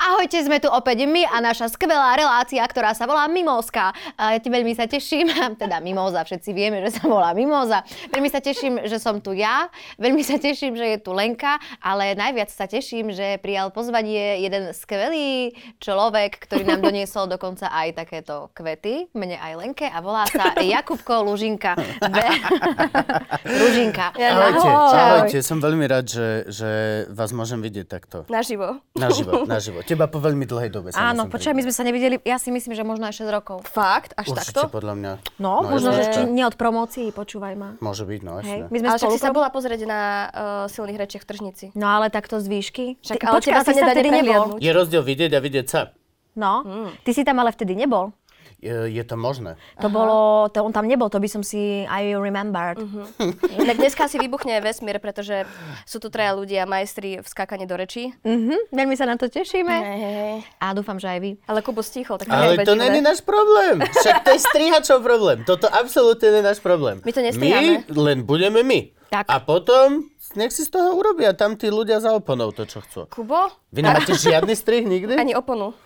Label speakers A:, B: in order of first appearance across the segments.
A: Ahojte, sme tu opäť my a naša skvelá relácia, ktorá sa volá Mimózka. A Ja ti veľmi sa teším, teda Mimóza, všetci vieme, že sa volá Mimóza. Veľmi sa teším, že som tu ja, veľmi sa teším, že je tu Lenka, ale najviac sa teším, že prijal pozvanie jeden skvelý človek, ktorý nám doniesol dokonca aj takéto kvety, mne aj Lenke, a volá sa Jakubko Lužinka. Ve- Lužinka.
B: Ahojte,
C: Ahoj.
B: ahojte, som veľmi rád, že, že vás môžem vidieť takto.
C: Naživo.
B: Naživo, naživo. Teba po veľmi dlhej dobe. sa
A: Áno,
B: musím
A: počkaj, my sme sa nevideli, ja si myslím, že možno aj 6 rokov.
C: Fakt? Až
B: Určite
C: takto?
B: podľa mňa.
A: No, možno, že
B: jasné.
A: ešte nie od promócií, počúvaj ma.
B: Môže byť, no
A: Hej,
B: jasne.
A: my sme
C: Ale však
A: spolu
C: si sa bola pozrieť na uh, silných rečiach v tržnici.
A: No ale takto z výšky.
C: Však,
A: Ty-
C: ale teba
A: ty
C: sa nedá
A: vtedy nebol.
C: neprehliadnúť.
B: Je rozdiel vidieť a vidieť sa.
A: No, ty si tam ale vtedy nebol.
B: Je, je to možné.
A: To bolo, to, on tam nebol, to by som si I remembered.
C: Inak dneska si vybuchne vesmír, pretože sú tu traja ľudia, majstri v skákaní do rečí.
A: Mhm, Veľmi sa na to tešíme.
C: Hej.
A: A dúfam, že aj vy.
C: Ale Kubo stichol, tak
B: Ale
C: je
B: to není náš problém. Však to je strihačov problém. Toto absolútne není náš problém.
C: My to nestrihame.
B: My len budeme my.
A: Tak.
B: A potom nech si z toho urobia tam tí ľudia za oponou to, čo chcú.
C: Kubo?
B: Vy nemáte žiadny strih nikdy?
C: Ani oponu.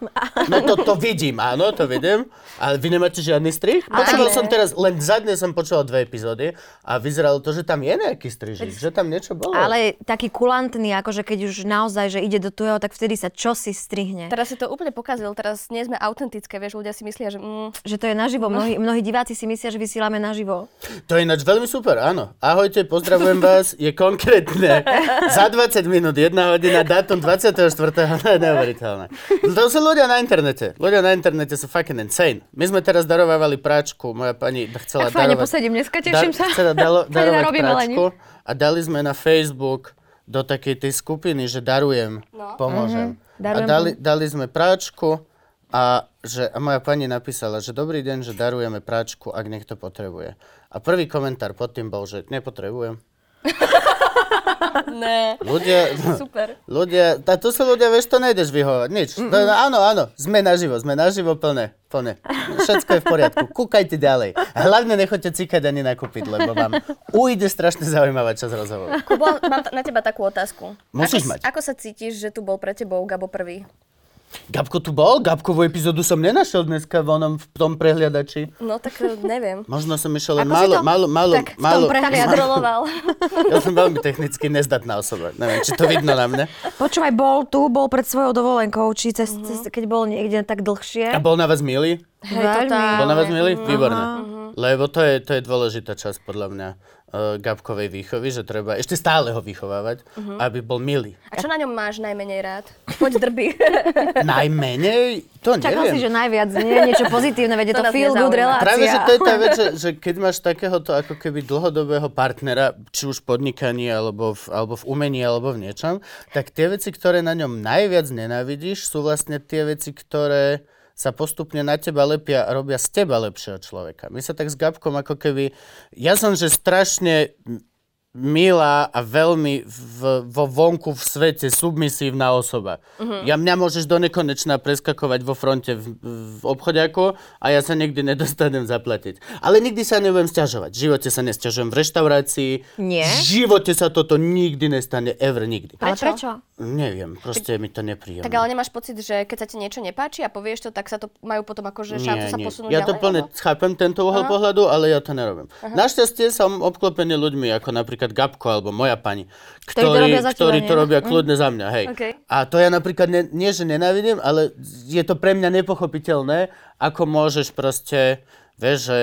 B: No to, to vidím, áno, to vidím. Ale vy nemáte žiadny strih? Počúval som teraz, len zadne som počúval dve epizódy a vyzeralo to, že tam je nejaký strižík, že tam niečo bolo.
A: Ale taký kulantný, akože keď už naozaj, že ide do tujeho, tak vtedy sa čosi strihne.
C: Teraz si to úplne pokazil, teraz nie sme autentické, vieš, ľudia si myslia, že mm,
A: Že to je naživo. Mnohí, mnohí diváci si myslia, že vysielame naživo.
B: To je ináč veľmi super, áno. Ahojte, pozdravujem vás, je konkrétne. Za 20 minút, 1 hodina, dátum 24. To je neuveriteľné. To sú ľudia na internete. Ľudia na internete sú fucking insane. My sme teraz darovávali práčku, moja pani chcela
A: Fajne
B: darovať...
A: posedím dneska, teším sa.
B: Chcela dalo,
A: Fajne
B: darovať
A: narobíme, Leni.
B: práčku a dali sme na Facebook do takej tej skupiny, že darujem, pomôžem.
A: Darujem,
B: a dali, dali sme práčku a, že, a moja pani napísala, že dobrý deň, že darujeme práčku, ak niekto potrebuje. A prvý komentár pod tým bol, že nepotrebujem.
C: ne.
B: Ľudia,
C: Super.
B: ľudia, a tu sa ľudia, vieš, to nejdeš vyhovať, nič. To, áno, áno, sme naživo, sme naživo plné, plné. Všetko je v poriadku, kúkajte ďalej. A hlavne nechoďte cikať ani nakúpiť, lebo vám ujde strašne zaujímavá časť rozhovoru.
C: Kubo, mám t- na teba takú otázku.
B: Musíš
C: ako,
B: mať.
C: Ako sa cítiš, že tu bol pre tebou Gabo prvý?
B: Gabko tu bol? Gabkovú epizódu som nenašiel dneska v onom, v tom prehliadači.
C: No tak eh, neviem.
B: Možno som išiel
A: Ako
B: len
A: si
B: málo,
A: to-
B: málo, málo,
A: tak v tom
B: málo.
A: prehliadači.
C: Tak scrolloval.
B: Ja som veľmi technicky nezdatná osoba. Neviem, či to vidno na mne.
A: Počúvaj, bol tu, bol pred svojou dovolenkou, či cez, cez, keď bol niekde tak dlhšie.
B: A bol na vás
C: Hej,
B: milý?
A: Mhm. Veľmi.
C: totálne.
B: Bol na vás
A: mhm.
B: milý? Výborné. Lebo to je, to je dôležitá časť podľa mňa uh, Gabkovej výchovy, že treba ešte stále ho vychovávať,
A: Mhm.
B: aby bol milý.
C: A čo na ňom máš najmenej rád? Poď drby.
B: Najmenej, to
A: Čakal
B: neviem.
A: si, že najviac nie, niečo pozitívne, vedie
C: To
A: to,
C: nás
A: feel good
C: nezaujíma.
A: relácia.
B: Práve, že to je tá vec, že, že keď máš takéhoto ako keby dlhodobého partnera, či už v podnikaní, alebo v, alebo v umení, alebo v niečom, tak tie veci, ktoré na ňom najviac nenávidíš, sú vlastne tie veci, ktoré sa postupne na teba lepia a robia z teba lepšieho človeka. My sa tak s Gabkom ako keby... Ja som, že strašne milá a veľmi v, vo vonku v svete submisívna osoba. Ja mňa môžeš do nekonečna preskakovať vo fronte v, v obchodiaku a ja sa nikdy nedostanem zaplatiť. Ale nikdy sa nebudem sťažovať. V živote sa nesťažujem v reštaurácii.
A: Nie?
B: V živote sa toto nikdy nestane, ever nikdy.
A: Ale prečo?
C: Prečo?
B: Neviem, proste je mi to nepríjemné.
C: Tak ale nemáš pocit, že keď sa ti niečo nepáči a povieš to, tak sa to majú potom akože šancu sa posunúť
B: Ja to
C: ďalej,
B: plne
C: alebo-
B: chápem, tento uhol pohľadu, ale ja to nerobím. Našťastie som obklopený ľuďmi, ako napríklad Gabko alebo moja pani,
A: Ktorí to
B: ktorí,
A: robia za Hm? teba,
B: ktorí to
A: nie?
B: robia kľudne za mňa. Hej.
C: Okej.
B: A to ja napríklad ne, nie, že nenávidím, ale je to pre mňa nepochopiteľné, ako môžeš proste, vieš, že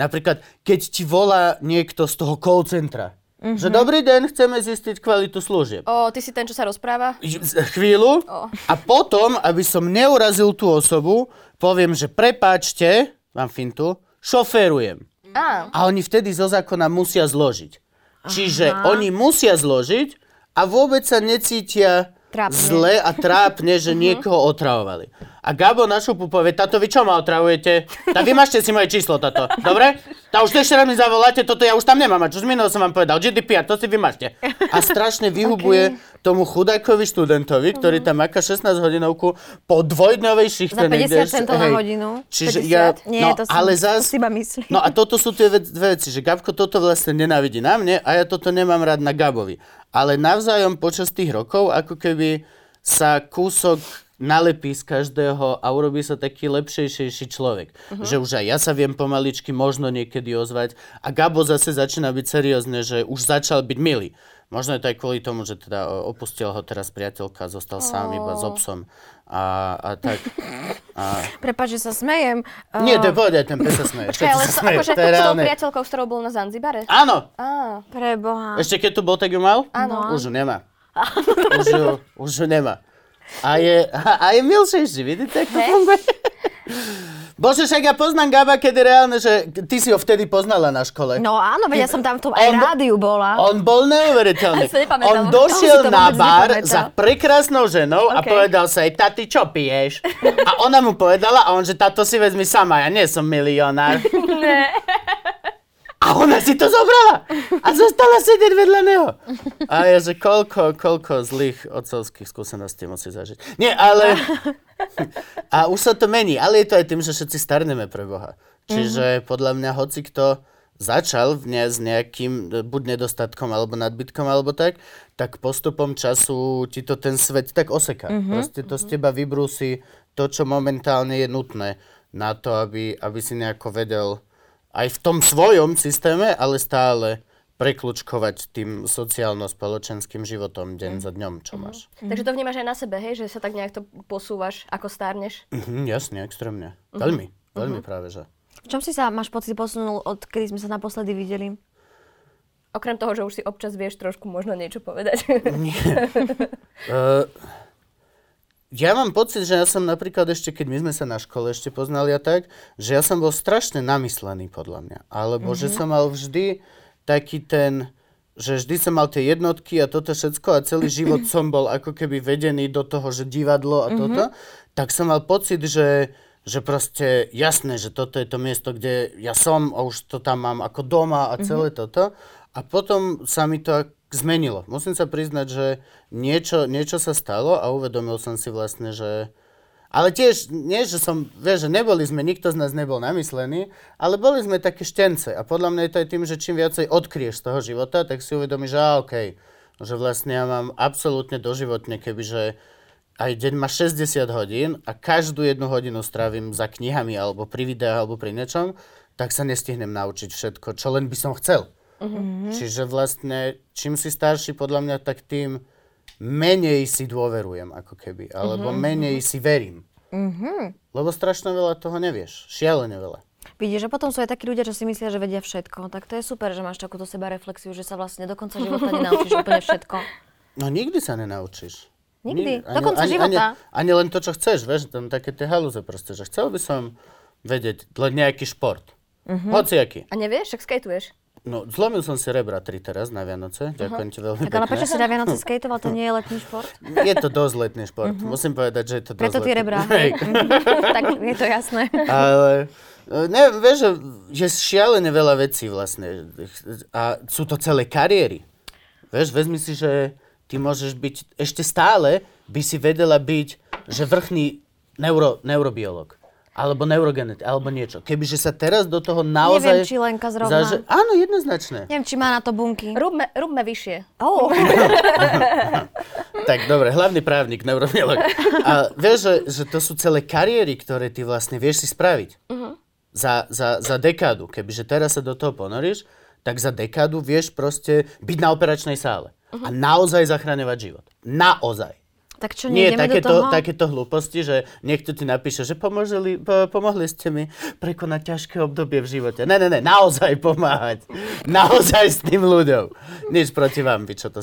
B: napríklad, keď ti volá niekto z toho call centra, že
A: Mhm.
B: dobrý deň, chceme zistiť kvalitu služieb.
C: O, ty si ten, čo sa rozpráva?
B: Ž- z- chvíľu a potom, aby som neurazil tú osobu, poviem, že prepáčte, mám fintu, šoferujem.
C: Á,
B: A oni vtedy zo zákona musia zložiť. Čiže oni musia zložiť a vôbec sa necítia
A: Trápne. Mhm.
B: zle a trápne, že niekoho otravovali. A Gabo na šupu povie, táto vy čo ma otravujete? Tak vymažte si moje číslo, táto. Dobre? Tá už ešte raz mi zavoláte, toto ja už tam nemám, a čo z minulého som vám povedal, GDPR, to si vymažte. A strašne vyhubuje tomu chudákovi študentovi, ktorý tam maká 16 hodinovku po dvojdňovej šichte.
A: Mhm. Za 50
B: niekde ešte,
A: centov na
B: hej.
A: hodinu.
B: Čiže ja,
A: 50? Nie,
B: no,
A: to si-
B: ale
A: to
B: zas,
A: si iba myslíš.
B: No a toto sú tie vec, dve veci, že Gabko toto vlastne nenávidí na mne a ja toto nemám rád na Gabovi. Ale navzájom počas tých rokov, ako keby sa kúsok nalepí z každého a urobí sa taký lepšejšejší človek.
D: Mhm.
B: Že už aj ja sa viem pomaličky možno niekedy ozvať a Gabo zase začína byť seriózne, že už začal byť milý. Možno je to aj kvôli tomu, že teda o, opustila ho teraz priateľka a zostal sám iba s obsom. A, a tak.
A: Prepač, že sa smejem.
B: Nie, to je povedať, ten pes sa smeje.
D: Počkaj, ale
B: Všetci sa
D: s-
B: smejú,
D: akože
B: to je
D: s tou
B: reálne.
D: priateľkou, s ktorou bol na Zanzibare?
B: Áno,
D: Á,
A: Pre Boha.
B: ešte keď tu bol, tak ju mal?
A: Áno.
B: Už ju nemá. Už ju, už ju nemá. A je, a je milšejší, vidíte, ako funguje? Bože, však ja poznám Gaba, keď je reálne, že ty si ho vtedy poznala na škole.
A: No áno, veď ja som tam v tom aj
B: On-
A: rádiu bola.
B: On bol neuveriteľný.
D: Ja si nepamätám,
B: On
D: on
A: si
B: došiel
A: to
B: na
A: vôbec
B: bar
A: nepamätá.
B: za prekrásnou ženou a
D: Ok.
B: povedal sa jej, tati, čo piješ? A ona mu povedala, a on, že táto si vezmi sama, ja nie som milionár. A ona si to zobrala a zostala sedieť vedľa neho. A ja, že koľko, koľko zlých otcovských skúseností musí zažiť. Nie, ale... A už sa to mení, ale je to aj tým, že všetci starneme pre Boha. Čiže podľa mňa hoci kto začal v ne s nejakým e, buď nedostatkom alebo nadbytkom alebo tak, tak postupom času ti to ten svet tak oseká. Proste to z teba vybrúsi to, čo momentálne je nutné na to, aby, aby si nejako vedel aj v tom svojom systéme, ale stále prekľúčkovať tým sociálno-spoločenským životom deň za dňom, čo máš.
C: Mhm.
D: takže to vnímaš aj na sebe, hej, že sa tak nejak to posúvaš, ako stárneš.
B: Mhm, jasne, extrémne. Veľmi, veľmi práve, že.
A: V čom si sa, máš pocit, posunul, od kedy sme sa naposledy videli?
D: Okrem toho, že už si občas vieš trošku možno niečo povedať.
B: Uh, ja mám pocit, že ja som napríklad ešte, keď my sme sa na škole ešte poznali a tak, že ja som bol strašne namyslený podľa mňa. Alebo mm-hmm. že som mal vždy taký ten, že vždy som mal tie jednotky a toto všetko a celý život som bol ako keby vedený do toho, že divadlo a toto. Tak som mal pocit, že že proste jasné, že toto je to miesto, kde ja som a už to tam mám ako doma a celé toto. A potom sa mi to ak- zmenilo. Musím sa priznať, že niečo, niečo sa stalo a uvedomil som si vlastne, že... Ale tiež, nie, že som, vieš, že neboli sme, nikto z nás nebol namyslený, ale boli sme také štence. A podľa mňa je to aj tým, že čím viacej odkrieš z toho života, tak si uvedomíš, že á, okej, že vlastne ja mám absolútne doživotne, kebyže aj deň má 60 hodín a každú jednu hodinu strávim za knihami alebo pri videu alebo pri niečom, tak sa nestihnem naučiť všetko, čo len by som chcel.
A: Mhm.
B: Čiže vlastne, čím si starší, podľa mňa, tak tým menej si dôverujem, ako keby. Alebo
A: Mhm,
B: menej si verím. Lebo strašne veľa toho nevieš. Šialene veľa.
A: Vidíš, že potom sú aj takí ľudia, čo si myslia, že vedia všetko. Tak to je super, že máš takúto sebareflexiu, že sa vlastne do konca života nenaučíš úplne všetko.
B: No nikdy sa nenaučíš.
A: Nikdy.
B: Ani-
A: Do konca
B: ani,
A: života.
B: Ani, ani len to, čo chceš, vieš, tam také tie halúze proste, že chcel by som vedieť len nejaký šport.
A: Mhm.
B: Hociaký.
D: A nevieš, však skateuješ.
B: No, zlomil som si rebra tri teraz na Vianoce. Ďakujem ti veľmi
A: Tak ale
B: pekne.
A: prečo si na Vianoce skateoval, to nie je letný šport?
B: Je to dosť letný šport. Musím povedať, že je to dosť
A: Mhm. Preto tie
B: letný.
A: rebrá.
B: Hej.
A: tak je to jasné.
B: Ale e, ne, vieš, že je šialene veľa vecí vlastne. A sú to celé kariéry. Vieš, vezmi si, že ty môžeš byť, ešte stále by si vedela byť, že vrchný neuro, neurobiolog. Alebo neurogenet, alebo niečo. Kebyže sa teraz do toho naozaj...
A: Neviem, či Lenka zrovna.
B: áno, jednoznačné.
A: Neviem, či má na to bunky.
D: Rúbme, rúbme vyššie.
A: Oh.
B: Tak dobre, hlavný právnik, neurobiolog. A vieš, že, že to sú celé kariéry, ktoré ty vlastne vieš si spraviť.
A: Mhm.
B: Za, za, za dekádu. Kebyže teraz sa do toho ponoríš, tak za dekádu vieš proste byť na operačnej sále.
A: Mhm.
B: A naozaj zachraňovať život. Naozaj.
A: Tak čo,
B: Nie
A: nejdeme do toho?
B: takéto, takéto hlúposti, že niekto ti napíše, že pomožili, po, pomohli ste mi prekonať ťažké obdobie v živote. Ne, ne, ne, naozaj pomáhať. Naozaj s tým ľuďom. Nič proti vám, vy čo to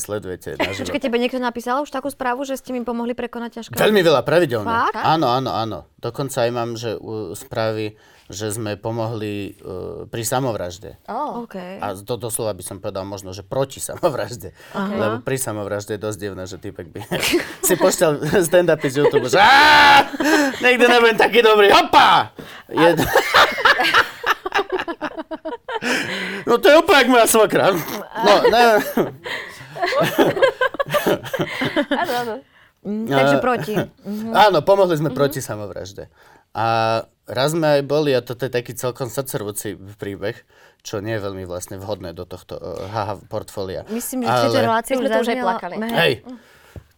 B: sledujete na život.
A: Počkaj, tebe niekto napísal už takú správu, že ste mi pomohli prekonať ťažké...
B: Veľmi veľa, pravidelne.
A: Fakt?
B: Áno, áno, áno. Dokonca aj mám že, uh, správy, že sme pomohli uh, pri samovražde.
D: Oh.
A: OK.
B: A do, doslova by som povedal možno, že proti samovražde. Lebo pri samovražde je dosť divné, že typek by si pošťal stand-upy z YouTube, že "Á, niekde nebudem taký dobrý, hopa! Je... No to je opak moja svokra. No, ne,
D: Áno, áno.
A: Mm, Takže
B: Eh,
A: proti. Mhm.
B: Áno, pomohli sme proti samovražde. A raz sme aj boli, a toto je taký celkom srdcervúci príbeh, čo nie je veľmi vlastne vhodné do tohto uh, haha portfólia.
A: Myslím, že Mhm. ale... tieto relácie
D: My sme
A: už
D: tu už aj
A: zaznela-
D: plakali.
A: Ne.
B: Hej,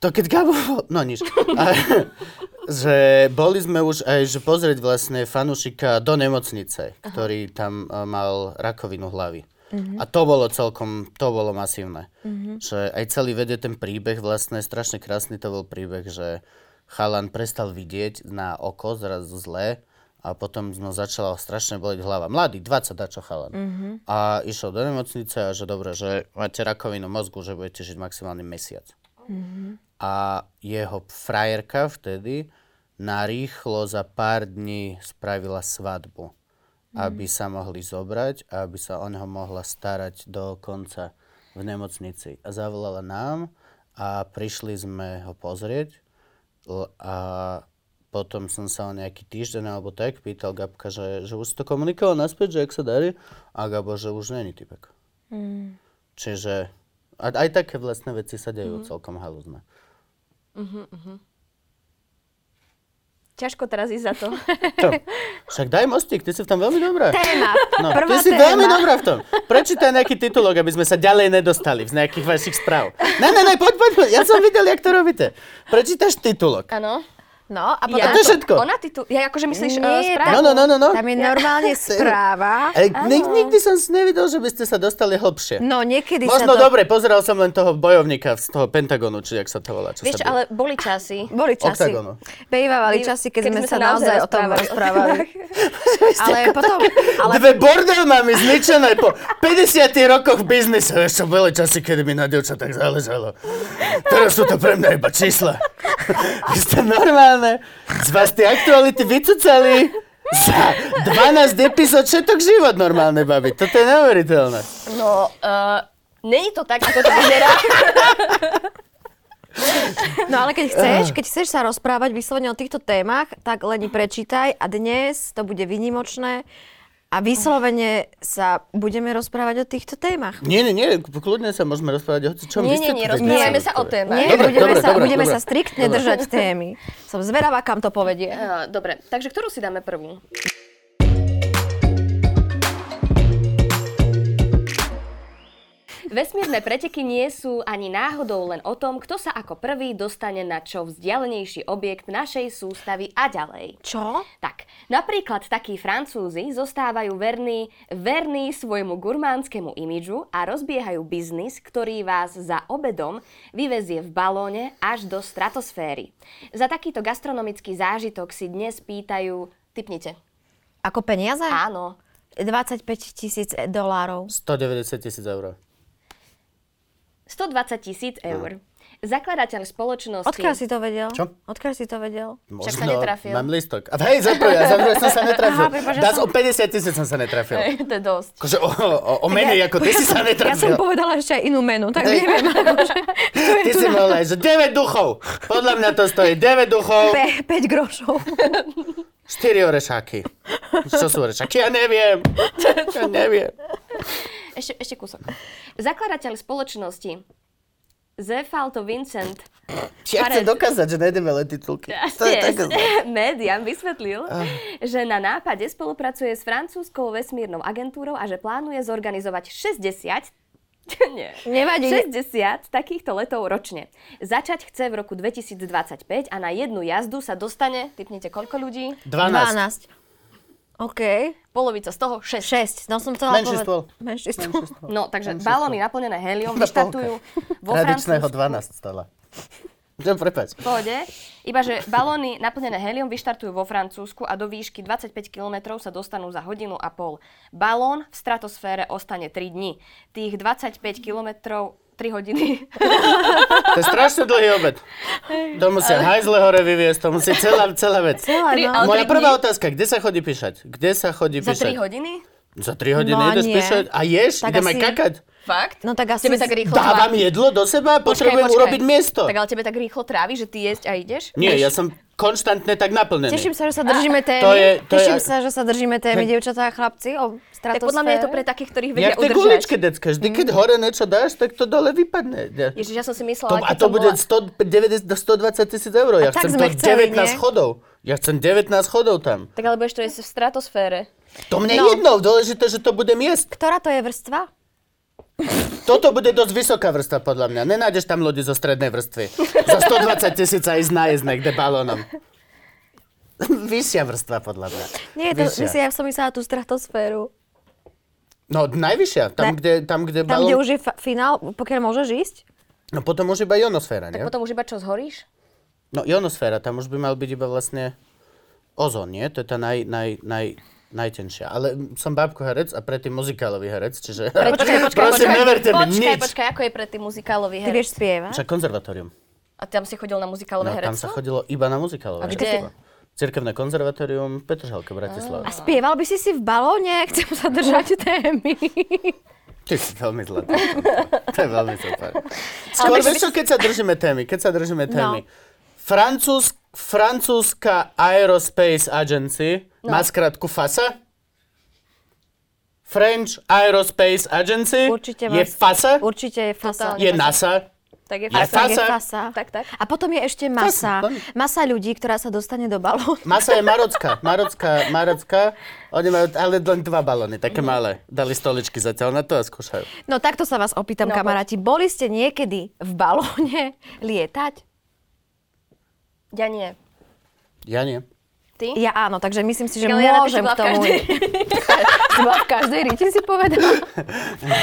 B: to keď Gabo... bol- No nič. A, že boli sme už aj, že pozrieť vlastne fanúšika do nemocnice, ktorý tam e, mal rakovinu hlavy. A to bolo celkom, to bolo masívne. Že aj celý vedie ten príbeh, vlastne strašne krásny to bol príbeh, že chalan prestal vidieť na oko zrazu zle a potom no, začala ho strašne boleť hlava. Mladý, 20 dačo chalan. A išiel do nemocnice a že dobre, že máte rakovinu mozgu, že budete žiť maximálne mesiac a jeho frajerka vtedy narýchlo za pár dní spravila svadbu, aby sa mohli zobrať a aby sa o neho mohla starať do konca v nemocnici. A zavolala nám a prišli sme ho pozrieť L- a potom som sa o nejaký týždeň alebo tak pýtal Gabka, že, že už si to komunikoval naspäť, že ak sa darí a Gabo, že už není typek. Čiže a, aj také vlastné veci sa dejú celkom halúzne.
C: Ťažko teraz ísť za to.
B: Čo? Však daj mostík, ty si v tom veľmi dobrá.
E: Téma.
B: No,
E: Prvá
B: ty si
E: téma.
B: veľmi dobrá v tom. Prečítaj nejaký titulok, aby sme sa ďalej nedostali z nejakých vašich správ. Ne, ne, ne, poď, poď, poď. Ja som videl, jak to robíte. Prečítaš titulok.
C: Áno.
E: No a potom...
B: Ja to je všetko.
C: Ona titul... Ja akože myslíš
E: Nie,
C: uh, správu?
B: No, no, no, no, no.
E: Tam je normálne správa.
B: E, nik- nikdy som si nevidel, že by ste sa dostali hlbšie.
E: No niekedy
B: Možno
E: sa to...
B: dobre, pozeral som len toho bojovníka z toho Pentagonu, či jak sa to volá. Čo
C: Vieš čo,
B: sa bije.
C: ale boli časy.
E: Boli časy.
B: Oktagonu.
E: Bejvávali časy, keď, sme, sa naozaj o tom rozprávali. Ale potom... Ale...
B: Dve bordel máme zničené po 50 rokoch biznisu. Ešte boli časy, kedy mi na tak záležalo. Teraz sú to pre mňa iba čísla. Vy ste normálne. Z vás tie aktuality vycúcali. Za 12 epizód všetok život normálne, babi. Toto je neuveriteľné.
C: No, uh, není to tak, ako to vyzerá.
A: No ale keď chceš, keď chceš sa rozprávať vyslovene o týchto témach, tak len prečítaj a dnes to bude vynimočné a vyslovene sa budeme rozprávať o týchto témach.
B: Nie, nie, nie, kľudne sa môžeme rozprávať o hocičom.
C: Nie,
B: Vy ste
C: nie, nie,
B: tu vedeli
C: rozprávame sa
B: celú
C: o
B: odpoveď.
C: téme.
A: Nie,
B: Dobre,
A: budeme,
B: dobre,
A: sa,
B: dobre,
A: budeme
B: dobre.
A: sa striktne držať témy. Som zveravá, kam to povedie.
C: Uh, dobre, takže ktorú si dáme prvú? Vesmírne preteky nie sú ani náhodou len o tom, kto sa ako prvý dostane na čo vzdialenejší objekt našej sústavy a ďalej.
A: Čo?
C: Tak, napríklad takí Francúzi zostávajú verní, verní svojmu gurmánskému imidžu a rozbiehajú biznis, ktorý vás za obedom vyvezie v balóne až do stratosféry. Za takýto gastronomický zážitok si dnes pýtajú, typnite,
A: Ako peniaze?
C: áno,
A: 25 tisíc dolárov.
B: 190 tisíc eur.
C: 120 tisíc eur. Zakladateľ spoločnosti...
A: Odkiaľ si to vedel?
B: Čo?
A: Odkiaľ si to vedel?
C: Však sa netrafil.
B: Mám listok. A hej, zaprvé, ja zaprvé som sa netrafil.
A: Aha, prepáč, ja
B: Das
A: som-
B: o 50 tisíc som sa netrafil.
C: to je dosť.
B: Akože o, o, o menej ako ty si sa
A: Ja som
B: netrafil.
A: povedala ešte aj inú menu, tak
B: Hej.
A: neviem. akože, tu je
B: Ty
A: tu
B: si
A: na-
B: mal aj, že 9 duchov. Podľa mňa to stojí 9 duchov,
A: Pe- 5 grošov.
B: 4 orešáky. Čo sú orešáky? Ja neviem. Ja neviem.
C: Ešte, ešte kúsok. Zakladateľ spoločnosti Zefalto Vincent
B: Ja chcem dokázať, že nejdeme len titulky. To je také zlé.
C: Médiám vysvetlil, že na nápade spolupracuje s francúzskou vesmírnou agentúrou a že plánuje zorganizovať 60 nie.
A: Nevadí.
C: 60 takýchto letov ročne. Začať chce v roku 2025 a na jednu jazdu sa dostane, typnite koľko ľudí,
B: 12.
A: 12. OK.
C: polovica z toho
A: 6.
C: 6.
A: No som chcela
B: Menší
A: poved-
B: stôl.
A: Menší stôl.
C: No, takže balóny naplnené heliom
B: Na
C: vyštartujú vo
B: Tradičného
C: Francúzsku.
B: 12 stola. No, prepáč.
C: V pohode, iba že balóny naplnené heliom vyštartujú vo Francúzsku a do výšky 25 km sa dostanú za hodinu a pol. Balón v stratosfére ostane 3 dní. Tých 25 km 3 hodiny.
B: To je strašne dlhý obed. To musia hajzle hore vyviesť, to musí celá, celá vec.
C: Tri-
A: no.
C: ale
B: Moja
C: tri
B: prvá
C: dní?
B: otázka, kde sa chodí píšať? Kde sa chodí
C: Za 3
B: píšať?
C: hodiny?
B: Za 3 hodiny
A: No a
B: ideš
A: nie.
B: píšať a ješ?
A: Tak
B: Idem aj
A: asi-
B: kakať?
C: Fakt?
A: No tak asi
C: Tebe
A: z-
C: tak rýchlo
B: Dávam
C: trávi-
B: jedlo do seba, potrebujem urobiť miesto.
C: Tak ale tebe tak rýchlo trávi, že ty jesť a ideš?
B: Nie, ja som konštantne tak naplnený.
A: Teším sa, že sa držíme témy.
B: to je- to je-
A: Teším sa, že sa držíme témy, dievčatá a chlapci. O
C: Tak podľa mňa je to pre takých, ktorých vedia
B: Jak tie
C: udržať.
B: guličky, decka, vždy
A: Mhm.
B: keď hore niečo dáš, tak to dole vypadne. Ja-
C: Ježiš, ja som si
B: To,
C: myslela,
B: a
C: keď
B: to
C: som
B: bude
C: bola-
B: 190 do 120 tisíc eur. Ja
A: tak
B: chcem
A: sme
B: to
A: chceli,
B: 19
A: nie?
B: chodov. Ja chcem 19 chodov tam.
C: Tak ale budeš to jesť v stratosfére.
B: To mne
A: No.
B: jedno, dôležité, že to budem jesť.
A: Ktorá to je vrstva?
B: Toto bude dosť vysoká vrstva podľa mňa. Nenájdeš tam ľudí zo strednej vrstvy. Za 120 tisíc a ísť nájsť niekde balónom. Vyššia vrstva, podľa mňa.
A: Nie, to,
B: Vyššia.
A: myslím, ja som myslela tú stratosféru.
B: No, najvyššia. Tam,
A: Ne.
B: kde, tam, kde
A: Tam,
B: balón...
A: kde už je fa- finál, pokiaľ môžeš ísť?
B: No potom už iba ionosféra,
D: Tak
B: nie?
D: potom už iba čo zhoríš?
B: No ionosféra, tam už by mal byť iba vlastne ozon, nie? To je tá naj, naj, naj, najtenšia. Ale som bábko herec a predtým muzikálový herec, čiže...
C: Počkaj, počkaj,
B: Prosím,
C: počkaj,
B: neverte mi
C: počkaj,
B: nič.
C: počkaj, ako je predtým muzikálový
A: Ty
C: herec?
A: vieš spievať?
B: Však konzervatórium.
C: A tam si chodil na
B: No,
C: muzikálové
B: tam sa
C: herectvo?
B: chodilo iba na
C: A
B: muzikálové
C: kde?
B: herectvo. Cirkevné konzervatórium Petržalka v Bratislave.
A: A spieval by si si v balóne, chcem sa držať témy.
B: Ty si veľmi zlatý. To je veľmi super. Skôr vieš čo, keď sa držíme témy, keď sa držíme
C: No.
B: témy. Francúz, francúzska Aerospace Agency
C: No.
B: má skratku FASA. French Aerospace Agency
A: Určite
B: je
A: má-
B: FASA,
A: Určite je fasa.
B: je NASA.
C: Tak je
B: A
C: fakt.
A: Tak je
B: fasa.
A: fasa.
C: Tak, tak.
A: A potom je ešte masa.
B: Fasa,
A: Masa ľudí, ktorá sa dostane do balónu.
B: Masa je marocká, marocká, marocká. Oni majú ale len dva balóny,
C: Mhm.
B: také malé. Dali stoličky zatiaľ na to a skúšajú.
A: No takto sa vás opýtam,
C: No,
A: no,
C: po-
A: kamaráti. Boli ste niekedy v balóne lietať?
C: Ja nie.
B: Ja nie.
C: Ty?
A: Ja áno, takže myslím si, že
C: Ale ja
A: môžem
C: napíšem,
A: k tomu. Si
C: bola v každej.
A: bola v každej rite si povedala.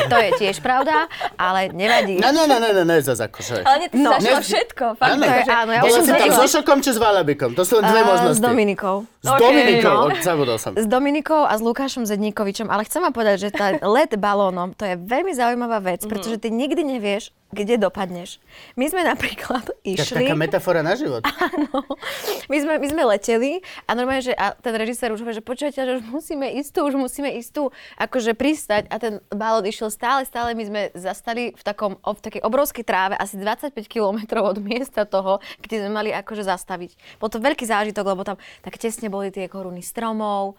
A: to je tiež pravda, ale nevadí.
B: No, no, no, no, no, no, zase akože.
C: Ale nie, ty si
A: No.
C: zašla
B: Ne-
C: všetko. Fakt,
B: Áno.
A: To je,
C: akože-
A: áno, ja
B: Bola
A: už som
B: si tam
A: zažila.
B: so šokom či s Valabikom? To sú len dve
A: A,
B: možnosti.
A: S Dominikou.
B: S
C: Ok,
B: Dominikou,
C: no.
B: od, zabudol som.
A: S Dominikou a s Lukášom Zedníkovičom, ale chcem vám povedať, že tá let balónom, to je veľmi zaujímavá vec,
B: Mhm.
A: pretože ty nikdy nevieš, kde dopadneš. My sme napríklad
B: Tak,
A: išli...
B: taká metafora na život.
A: Áno. My sme, my sme leteli a normálne, že a ten režisér už hovorí, že počujete, že už musíme ísť tu, už musíme ísť tu, akože pristať a ten balón išiel stále, stále, my sme zastali v, takom, ob- v takej obrovskej tráve, asi 25 kilometrov od miesta toho, kde sme mali akože zastaviť. Bol to veľký zážitok, lebo tam tak tesne boli tie koruny stromov.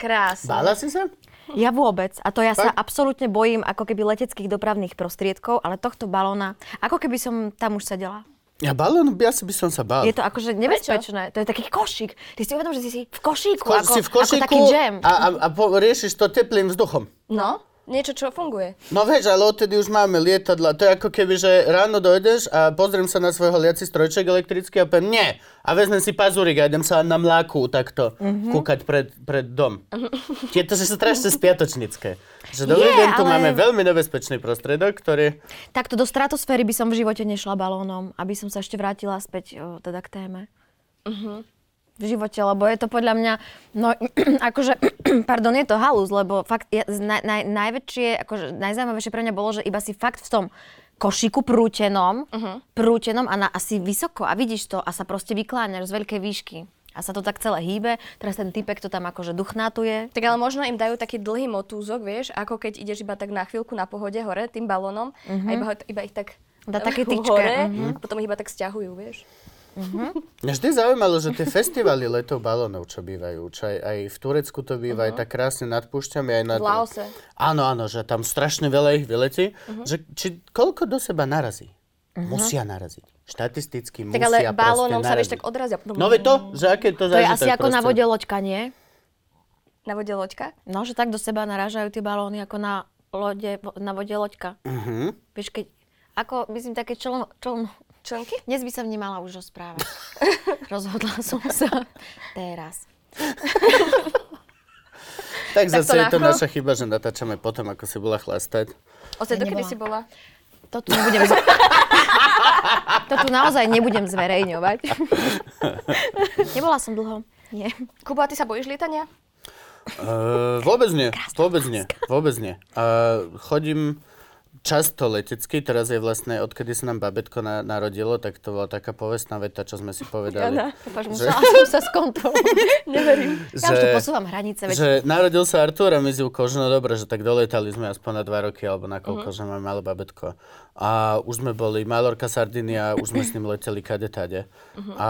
A: Krásne.
B: Bála si sa?
A: Ja vôbec. A to ja sa
B: Fakt?
A: absolútne bojím ako keby leteckých dopravných prostriedkov, ale tohto balóna, ako keby som tam už sedela.
B: Ja balón, asi by som sa bál.
A: Je to akože nebezpečné. To je taký košík. Ty si uvedom, že si, si v košíku,
B: Ko-
A: ako,
B: si v košíku
A: ako taký džem.
B: a, a, a po, riešiš to teplým vzduchom.
C: No, niečo, čo funguje.
B: No vieš, ale odtedy už máme lietadla. To je ako keby, že ráno dojdeš a pozriem sa na svojho liaci strojček elektrický a poviem, nie. A vezmem si pazurik a idem sa na mláku takto
A: Mhm.
B: kúkať pred, pred dom. Je to, že sa strašne spiatočnícke. Že dobrý
A: Je,
B: deň, tu
A: ale-
B: máme veľmi nebezpečný prostriedok, ktorý...
A: Takto do stratosféry by som v živote nešla balónom, aby som sa ešte vrátila späť o, teda k téme.
B: Mhm.
A: V živote, lebo je to podľa mňa, no akože, pardon, je to halus, lebo fakt ja, z- naj, naj, najväčšie, akože najzaujímavejšie pre mňa bolo, že iba si fakt v tom košíku prútenom,
B: Mhm.
A: prútenom a na, asi vysoko a vidíš to a sa proste vykláňaš z veľkej výšky. A sa to tak celé hýbe, teraz ten typek to tam akože duchnátuje.
C: Tak ale možno im dajú taký dlhý motúzok, vieš, ako keď ideš iba tak na chvíľku na pohode hore tým balónom a iba, ho- iba ich tak
A: Mhm. Dá také tyčka, Mhm.
C: hore, potom ich iba tak stiahujú, vieš.
B: Mňa vždy zaujímalo, že tie festivaly letov balónov, čo bývajú, čo aj, aj v Turecku to býva, aj tak krásne nad púšťami, aj nad...
C: V Laose. Mhm.
B: Áno, áno, že tam strašne veľa ich vyletí, že či koľko do seba narazí. Musia naraziť. Štatisticky
C: Tak
B: musia
C: ale
B: proste
C: balónom sa vieš
B: naraziť.
C: tak odrazia.
B: No veď to, že aké to
A: To je asi ako na vode
B: proste.
A: loďka, nie?
C: Na vode loďka?
A: No, že tak do seba narážajú tie balóny ako na, lode, vo- na vode loďka.
B: Mhm.
A: Uh-huh. Vieš, keď, ako, myslím, také čln, čln,
C: Člnky?
A: dnes by som nemala už rozprávať. Rozhodla som sa teraz.
B: Tak zase je to
C: náchlo.
B: naša chyba, že natáčame potom, ako si bola chlastať.
C: O tej, dokedy
A: nebola.
C: si bola?
A: To tu nebudem... z- to tu naozaj nebudem zverejňovať. Nebola som dlho. Nie.
C: Kuba, ty sa bojíš lietania?
B: Uh, vôbec nie, vôbec nie, vôbec nie. Uh, chodím často letecky, teraz je vlastne, odkedy sa nám babetko na, narodilo, tak to bola taká povestná veta, čo sme si povedali.
A: Prepáč, musela som sa skontrolovať.
C: Neverím.
A: Ja už tu posúvam hranice, veď
B: že narodil sa Artur a my s Júkou, že no dobre, že tak doletali sme aspoň na dva roky alebo na
A: Mhm.
B: koľko, že máme malé babetko. A už sme boli Malorka, Sardinia, už sme s ním leteli kade tade.
A: Mhm.
B: A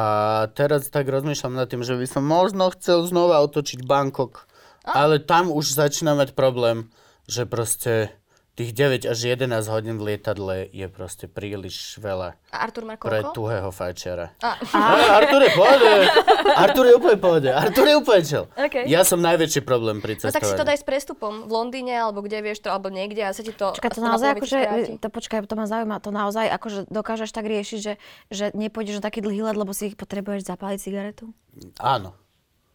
B: teraz tak rozmýšľam nad tým, že by som možno chcel znova otočiť Bangkok, ale tam už začína mať problém, že proste Tých 9 až 11 hodín v lietadle je proste príliš veľa
C: A Artur má
B: pre
C: koľko?
B: tuhého fajčiara. A, Artur je v pohode. Artur je úplne v pohode. Artur je úplne chill.
C: OK.
B: Ja som najväčší problém pri
C: No
B: cestovaní.
C: tak si to daj s prestupom v Londýne, alebo kde vieš to, alebo niekde a sa ti to...
A: Počkaj, to
C: aspoň na
A: naozaj
C: polovicu
A: akože,
C: skráti.
A: to počkaj, to ma zaujíma, to naozaj akože dokážeš tak riešiť, že, že nepôjdeš na taký dlhý let, lebo si ich potrebuješ zapáliť cigaretu?
B: Áno.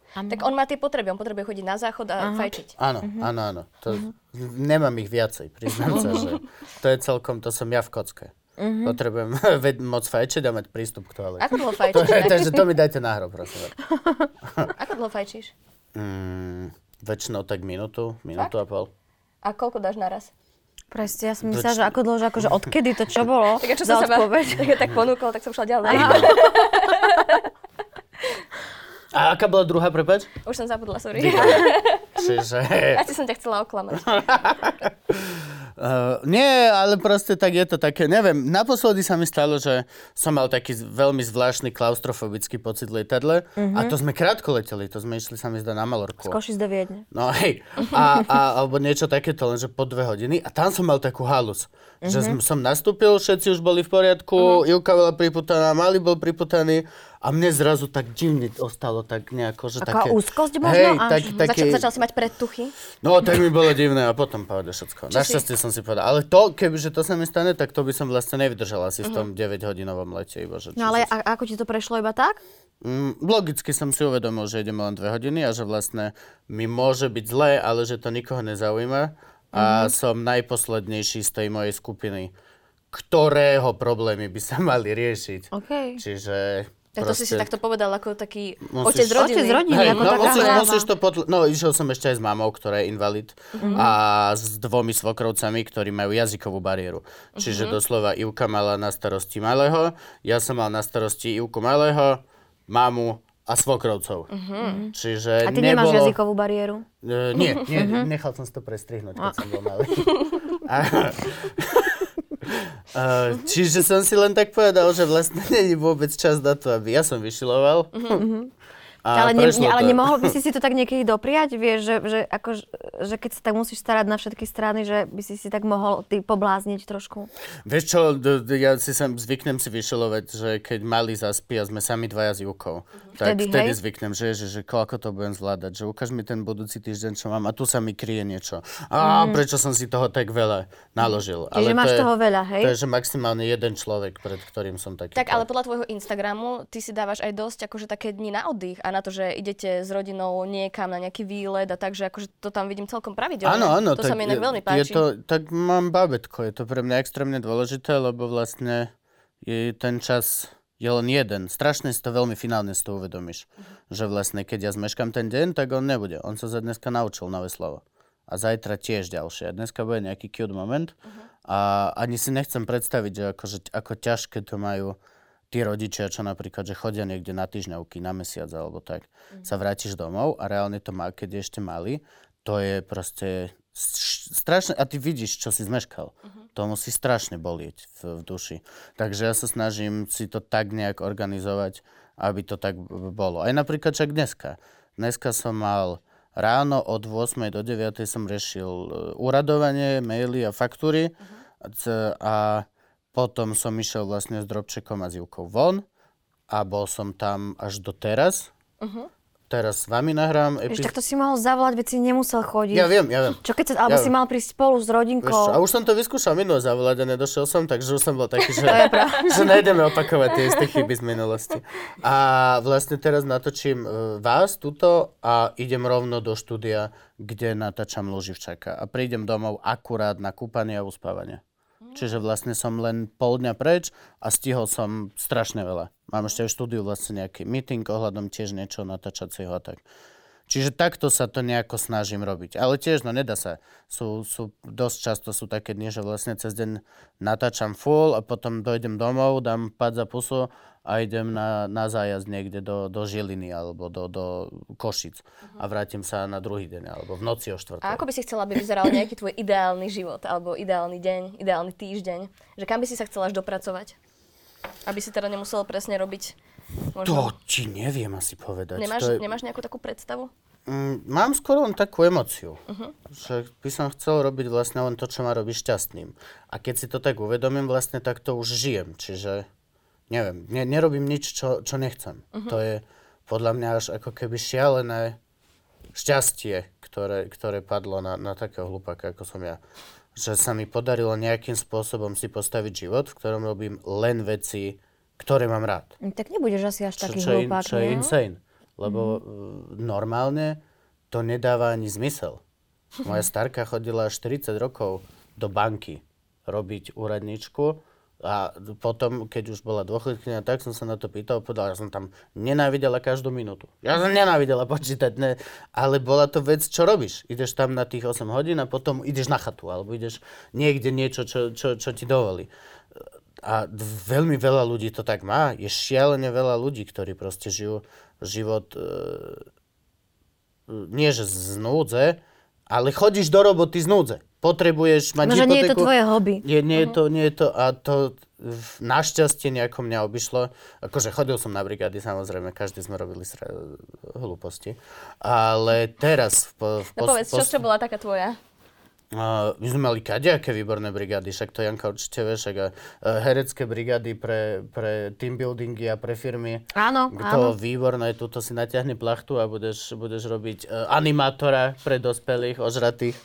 C: Tak on má tie potreby, on potrebuje chodiť na záchod a fajčiť.
B: Áno, áno, áno. To,
C: Mhm.
B: Nemám ich viacej, priznám sa, že to je celkom, to som ja v kocke.
C: Mhm.
B: Potrebujem ved- moc fajčiť a mať prístup k toalete.
C: Ako dlho
B: To,
C: fajčíš?
B: je-
C: inak?
B: takže to mi dajte na hro, prosím. vás.
C: Ako dlho fajčíš?
B: Mm, väčšinou tak minútu, minútu a pol.
C: A koľko dáš naraz?
A: Presne, ja
B: No
A: som myslela, že ako dlho, že akože odkedy to čo bolo?
C: Tak a čo
A: za
C: sa sa
A: odpoveď?
C: tak, tak ponúkol, tak som šla ďalej.
B: A aká bola druhá, prepač?
C: Už som zabudla, sorry.
B: Čiže...
C: Asi som ťa chcela oklamať.
B: No, Uh, nie, ale proste tak je to také, neviem, naposledy sa mi stalo, že som mal taký z- veľmi zvláštny klaustrofobický pocit v lietadle
A: Mhm.
B: a to sme krátko leteli, to sme išli sa mi zdá na Malorku.
A: Košic do Viedne.
B: No hej, a, a, alebo niečo takéto, lenže po dve hodiny. A tam som mal takú halus,
A: Mhm.
B: mm-hmm. že som, som nastúpil, všetci už boli v poriadku, mm-hmm. Júka bola priputaná, Mali bol priputaný a mne zrazu tak divne ostalo tak nejako, že
A: Taká
B: také...
A: úzkosť možno
B: Hej,
A: až?
B: tak, taký,
C: Začal, začal si mať predtuchy.
B: No, tak mi bolo divné a potom povedal všetko. Našťastie som si povedal. Ale to, kebyže to sa mi stane, tak to by som vlastne nevydržal asi v tom
C: Mhm.
B: 9-hodinovom lete. Iba, že
A: No ale
B: Jesus.
A: a, ako ti to prešlo iba tak?
B: Mm, logicky som si uvedomil, že ideme len dve hodiny a že vlastne mi môže byť zle, ale že to nikoho nezaujíma.
C: Mhm.
B: A som najposlednejší z tej mojej skupiny, ktorého problémy by sa mali riešiť.
A: OK.
B: Čiže...
C: Tak to si si
B: proste-
C: takto povedal ako taký
B: Musíš-
C: otec rodiny.
A: Otec rodiny.
B: Hej,
A: ako
B: no,
A: taká
B: musíš,
A: hlava.
B: musíš to potl- no, išiel som ešte aj s mamou, ktorá je invalid
A: Mhm.
B: a s dvomi svokrovcami, ktorí majú jazykovú bariéru. Čiže
A: Mhm.
B: doslova Ivka mala na starosti malého, ja som mal na starosti Ivku malého, mamu a svokrovcov.
A: Mhm.
B: Čiže
A: A ty
B: nebolo...
A: nemáš Mhm. jazykovú bariéru?
B: E, nie, nie nechal som si to prestrihnúť, keď som bol malý. A- E, čiže som si len tak povedal, že vlastne není vôbec čas na to, aby ja som vyšiloval. A
A: Mhm. ale, ne,
B: prešlo
A: ne, ale
B: to.
A: nemohol by si si to tak niekedy dopriať? Vieš, že, že, ako, že keď sa tak musíš starať na všetky strany, že by si si tak mohol ty poblázniť trošku?
B: Vieš čo, d- d- ja si sem zvyknem si vyšelovať, že keď mali zaspí a sme sami dvaja s Jukou,
A: Mhm.
B: tak
A: Vtedy,
B: vtedy, vtedy
A: hej?
B: zvyknem, že, že, že koľko to budem zvládať, že ukáž mi ten budúci týždeň, čo mám a tu sa mi kryje niečo. A prečo som si toho tak veľa naložil.
A: Mhm. Čiže máš
B: to je,
A: toho veľa, hej?
B: To je, že maximálne jeden človek, pred ktorým som taký.
C: Tak ale podľa tvojho Instagramu ty si dávaš aj dosť akože také dni na oddych a na to, že idete s rodinou niekam na nejaký výlet a tak, že akože to tam vidím celkom pravidelne.
B: Áno, áno.
C: To sa mi inak
B: je-
C: veľmi
B: Je
C: páči.
B: to, tak mám babetko, je to pre mňa extrémne dôležité, lebo vlastne je ten čas je len jeden. Strašne si to veľmi finálne si to uvedomíš.
C: Mhm.
B: Že vlastne, keď ja zmeškam ten deň, tak on nebude. On sa za dneska naučil nové slovo. A zajtra tiež ďalšie. A dneska bude nejaký cute moment.
C: Mhm.
B: A ani si nechcem predstaviť, že akože, ako ťažké to majú tí rodičia, čo napríklad, že chodia niekde na týždňovky, na mesiac alebo tak,
C: Mhm.
B: sa vrátiš domov a reálne to má, keď je ešte mali, to je proste s- strašne, a ty vidíš, čo si zmeškal.
A: Mhm.
B: To musí strašne bolieť v, v duši. Takže ja sa snažím si to tak nejak organizovať, aby to tak b- bolo. Aj napríklad čak dneska. Dneska som mal ráno od 8. do 9. som riešil e, uradovanie, maily a faktúry
A: Mhm.
B: a c- a potom som išiel vlastne s Drobčekom a s Jivkou von a bol som tam až do teraz. Teraz s vami nahrám
A: Vieš, Mhm. tak
B: epizódu.
A: to si mohol zavolať, veď si nemusel chodiť.
B: Ja viem, ja viem.
A: Čo keď sa, alebo si
B: Ja viem.
A: mal prísť spolu s
B: Vieš čo, a
A: rodinkou.
B: už som to vyskúšal minule zavolať a nedošiel som, takže už som bol taký, že, že nejdeme opakovať tie isté chyby z minulosti. A vlastne teraz natočím e, vás tuto a idem rovno do štúdia, kde natáčam Luživčaka. A prídem domov akurát na kúpanie a uspávanie. Čiže vlastne som len pol dňa preč a stihol som strašne veľa. Mám ešte aj v štúdiu vlastne nejaký meeting ohľadom tiež niečo natáčacieho a tak. Čiže takto sa to nejako snažím robiť. Ale tiež, no nedá sa. Sú, sú, dosť často sú také dni, že vlastne cez deň natáčam full a potom dojdem domov, dám pad za pusu a idem na, na zájazd niekde do, do Žiliny alebo do, do Košic. A vrátim sa na druhý deň alebo v noci o štvrtej.
C: A ako by si chcela, aby vyzeral nejaký tvoj ideálny život, alebo ideálny deň, ideálny týždeň? Že kam by si sa chcela až dopracovať? Aby si teda nemusel presne robiť...
B: To
C: Možno...
B: ti neviem asi povedať.
C: Nemáš,
B: to je...
C: nemáš nejakú takú predstavu?
B: Mm, Mám skoro len takú emociu, uh-huh. že by som chcel robiť vlastne len to, čo ma robí šťastným. A keď si to tak uvedomím, vlastne tak to už žijem. Čiže neviem, ne, nerobím nič, čo, čo nechcem. Uh-huh. To je podľa mňa až ako keby šialené šťastie, ktoré, ktoré padlo na, na takého hlupaka, ako som ja. Že sa mi podarilo nejakým spôsobom si postaviť život, v ktorom robím len veci, ktoré mám rád
A: Mm, Tak nebudeš asi až taký
B: čo, je in-
A: hlupák,
B: čo je
A: nie? Mhm.
B: insane. Lebo mm. normálne to nedáva ani zmysel. Moja starka chodila až 40 rokov do banky robiť úradničku a potom, keď už bola dôchodkynia, tak som sa na to pýtal, povedal, ja som tam nenávidela každú minútu. Ja som nenávidela počítať, ne, ale bola to vec, čo robíš. Ideš tam na tých 8 hodín a potom ideš na chatu, alebo ideš niekde niečo, čo, čo, čo ti dovolí a d- veľmi veľa ľudí to tak má. Je šialene veľa ľudí, ktorí proste žijú život e, nie že z núdze, ale chodíš do roboty z núdze. Potrebuješ mať
A: No, že nie je to Mhm.
B: hypotéku.
A: tvoje hobby.
B: Nie, nie je to, nie je to a to v- našťastie nejako mňa obišlo. Akože chodil som na brigády, samozrejme, každý sme robili sra- hlúposti. Ale teraz... V, po, v
C: No
B: pos-
C: povedz, čo,
B: pos-
C: čo bola taká tvoja?
B: a my sme mali kadejaké výborné brigády, však to Janka určite vie, však a e, herecké brigády pre, pre team buildingy a pre firmy.
A: Áno, áno.
B: To výborné, tuto si natiahni plachtu a budeš, budeš robiť e, animátora pre dospelých, ožratých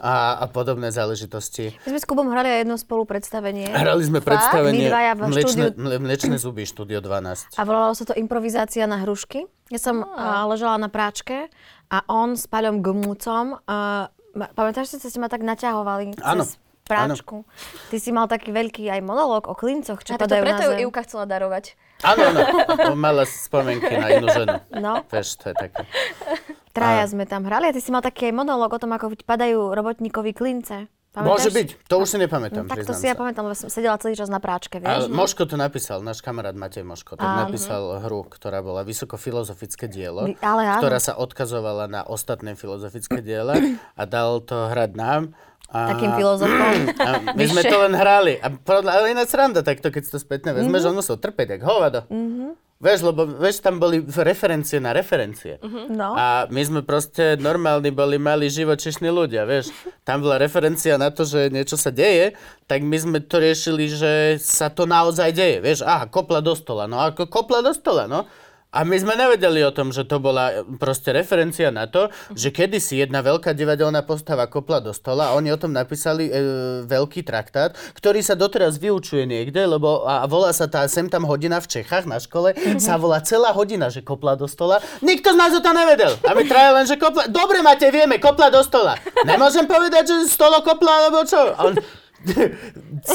B: a, a podobné záležitosti.
A: My sme s Kubom hrali aj jedno spolu predstavenie.
B: Hrali
A: My
B: sme predstavenie
A: dvaja v
B: Mliečne,
A: štúdiu.
B: mle- Mliečne zuby, štúdio 12.
A: A volalo sa to improvizácia na hrušky. Ja som a, ležela na práčke a on s Paľom Gmúcom, a, ma- pamätáš si, co ste ma tak naťahovali
B: Áno,
A: cez práčku? Áno. Ty si mal taký veľký aj monológ o klincoch, čo
C: A tak to
A: padajú
C: preto
A: na
C: ju
A: zem.
C: Ivka chcela darovať.
B: Áno, áno, mala spomienky na inú ženu.
A: No.
B: Vieš, to je také.
A: Traja sme tam hrali a ty si mal taký aj monológ o tom, ako ti padajú robotníkovi klince. Pamätáš?
B: Môže byť, to už si nepamätám,
A: No Tak to
B: priznám
A: si ja
B: sa.
A: pamätám, lebo som sedela celý čas na práčke,
B: A
A: vieš?
B: Moško to napísal, náš kamarát Matej Moško, tak napísal hru, ktorá bola vysokofilozofické dielo,
A: Vy- ale áno.
B: ktorá sa odkazovala na ostatné filozofické diela a dal to hrať nám. A,
A: Takým filozofom.
B: a my sme to len hrali. A podľa, ale ináč sranda takto, keď si to spätne
A: Mhm.
B: vezmeš, on musel trpeť, jak hovado. Vieš, lebo vieš, tam boli referencie na referencie.
A: No.
B: A my sme proste normálni boli mali živočišní ľudia, vieš. Tam bola referencia na to, že niečo sa deje, tak my sme to riešili, že sa to naozaj deje, vieš. Aha, kopla do stola, no ako kopla do stola, no. A my sme nevedeli o tom, že to bola proste referencia na to, že kedysi jedna veľká divadelná postava kopla do stola a oni o tom napísali e, veľký traktát, ktorý sa doteraz vyučuje niekde, lebo a volá sa tá sem tam hodina v Čechách na škole,
A: Mhm.
B: sa volá celá hodina, že kopla do stola. Nikto z nás o to nevedel. A my traja len, že kopla... Dobre, Matej, vieme, kopla do stola. Nemôžem povedať, že stolo kopla, alebo čo? A On...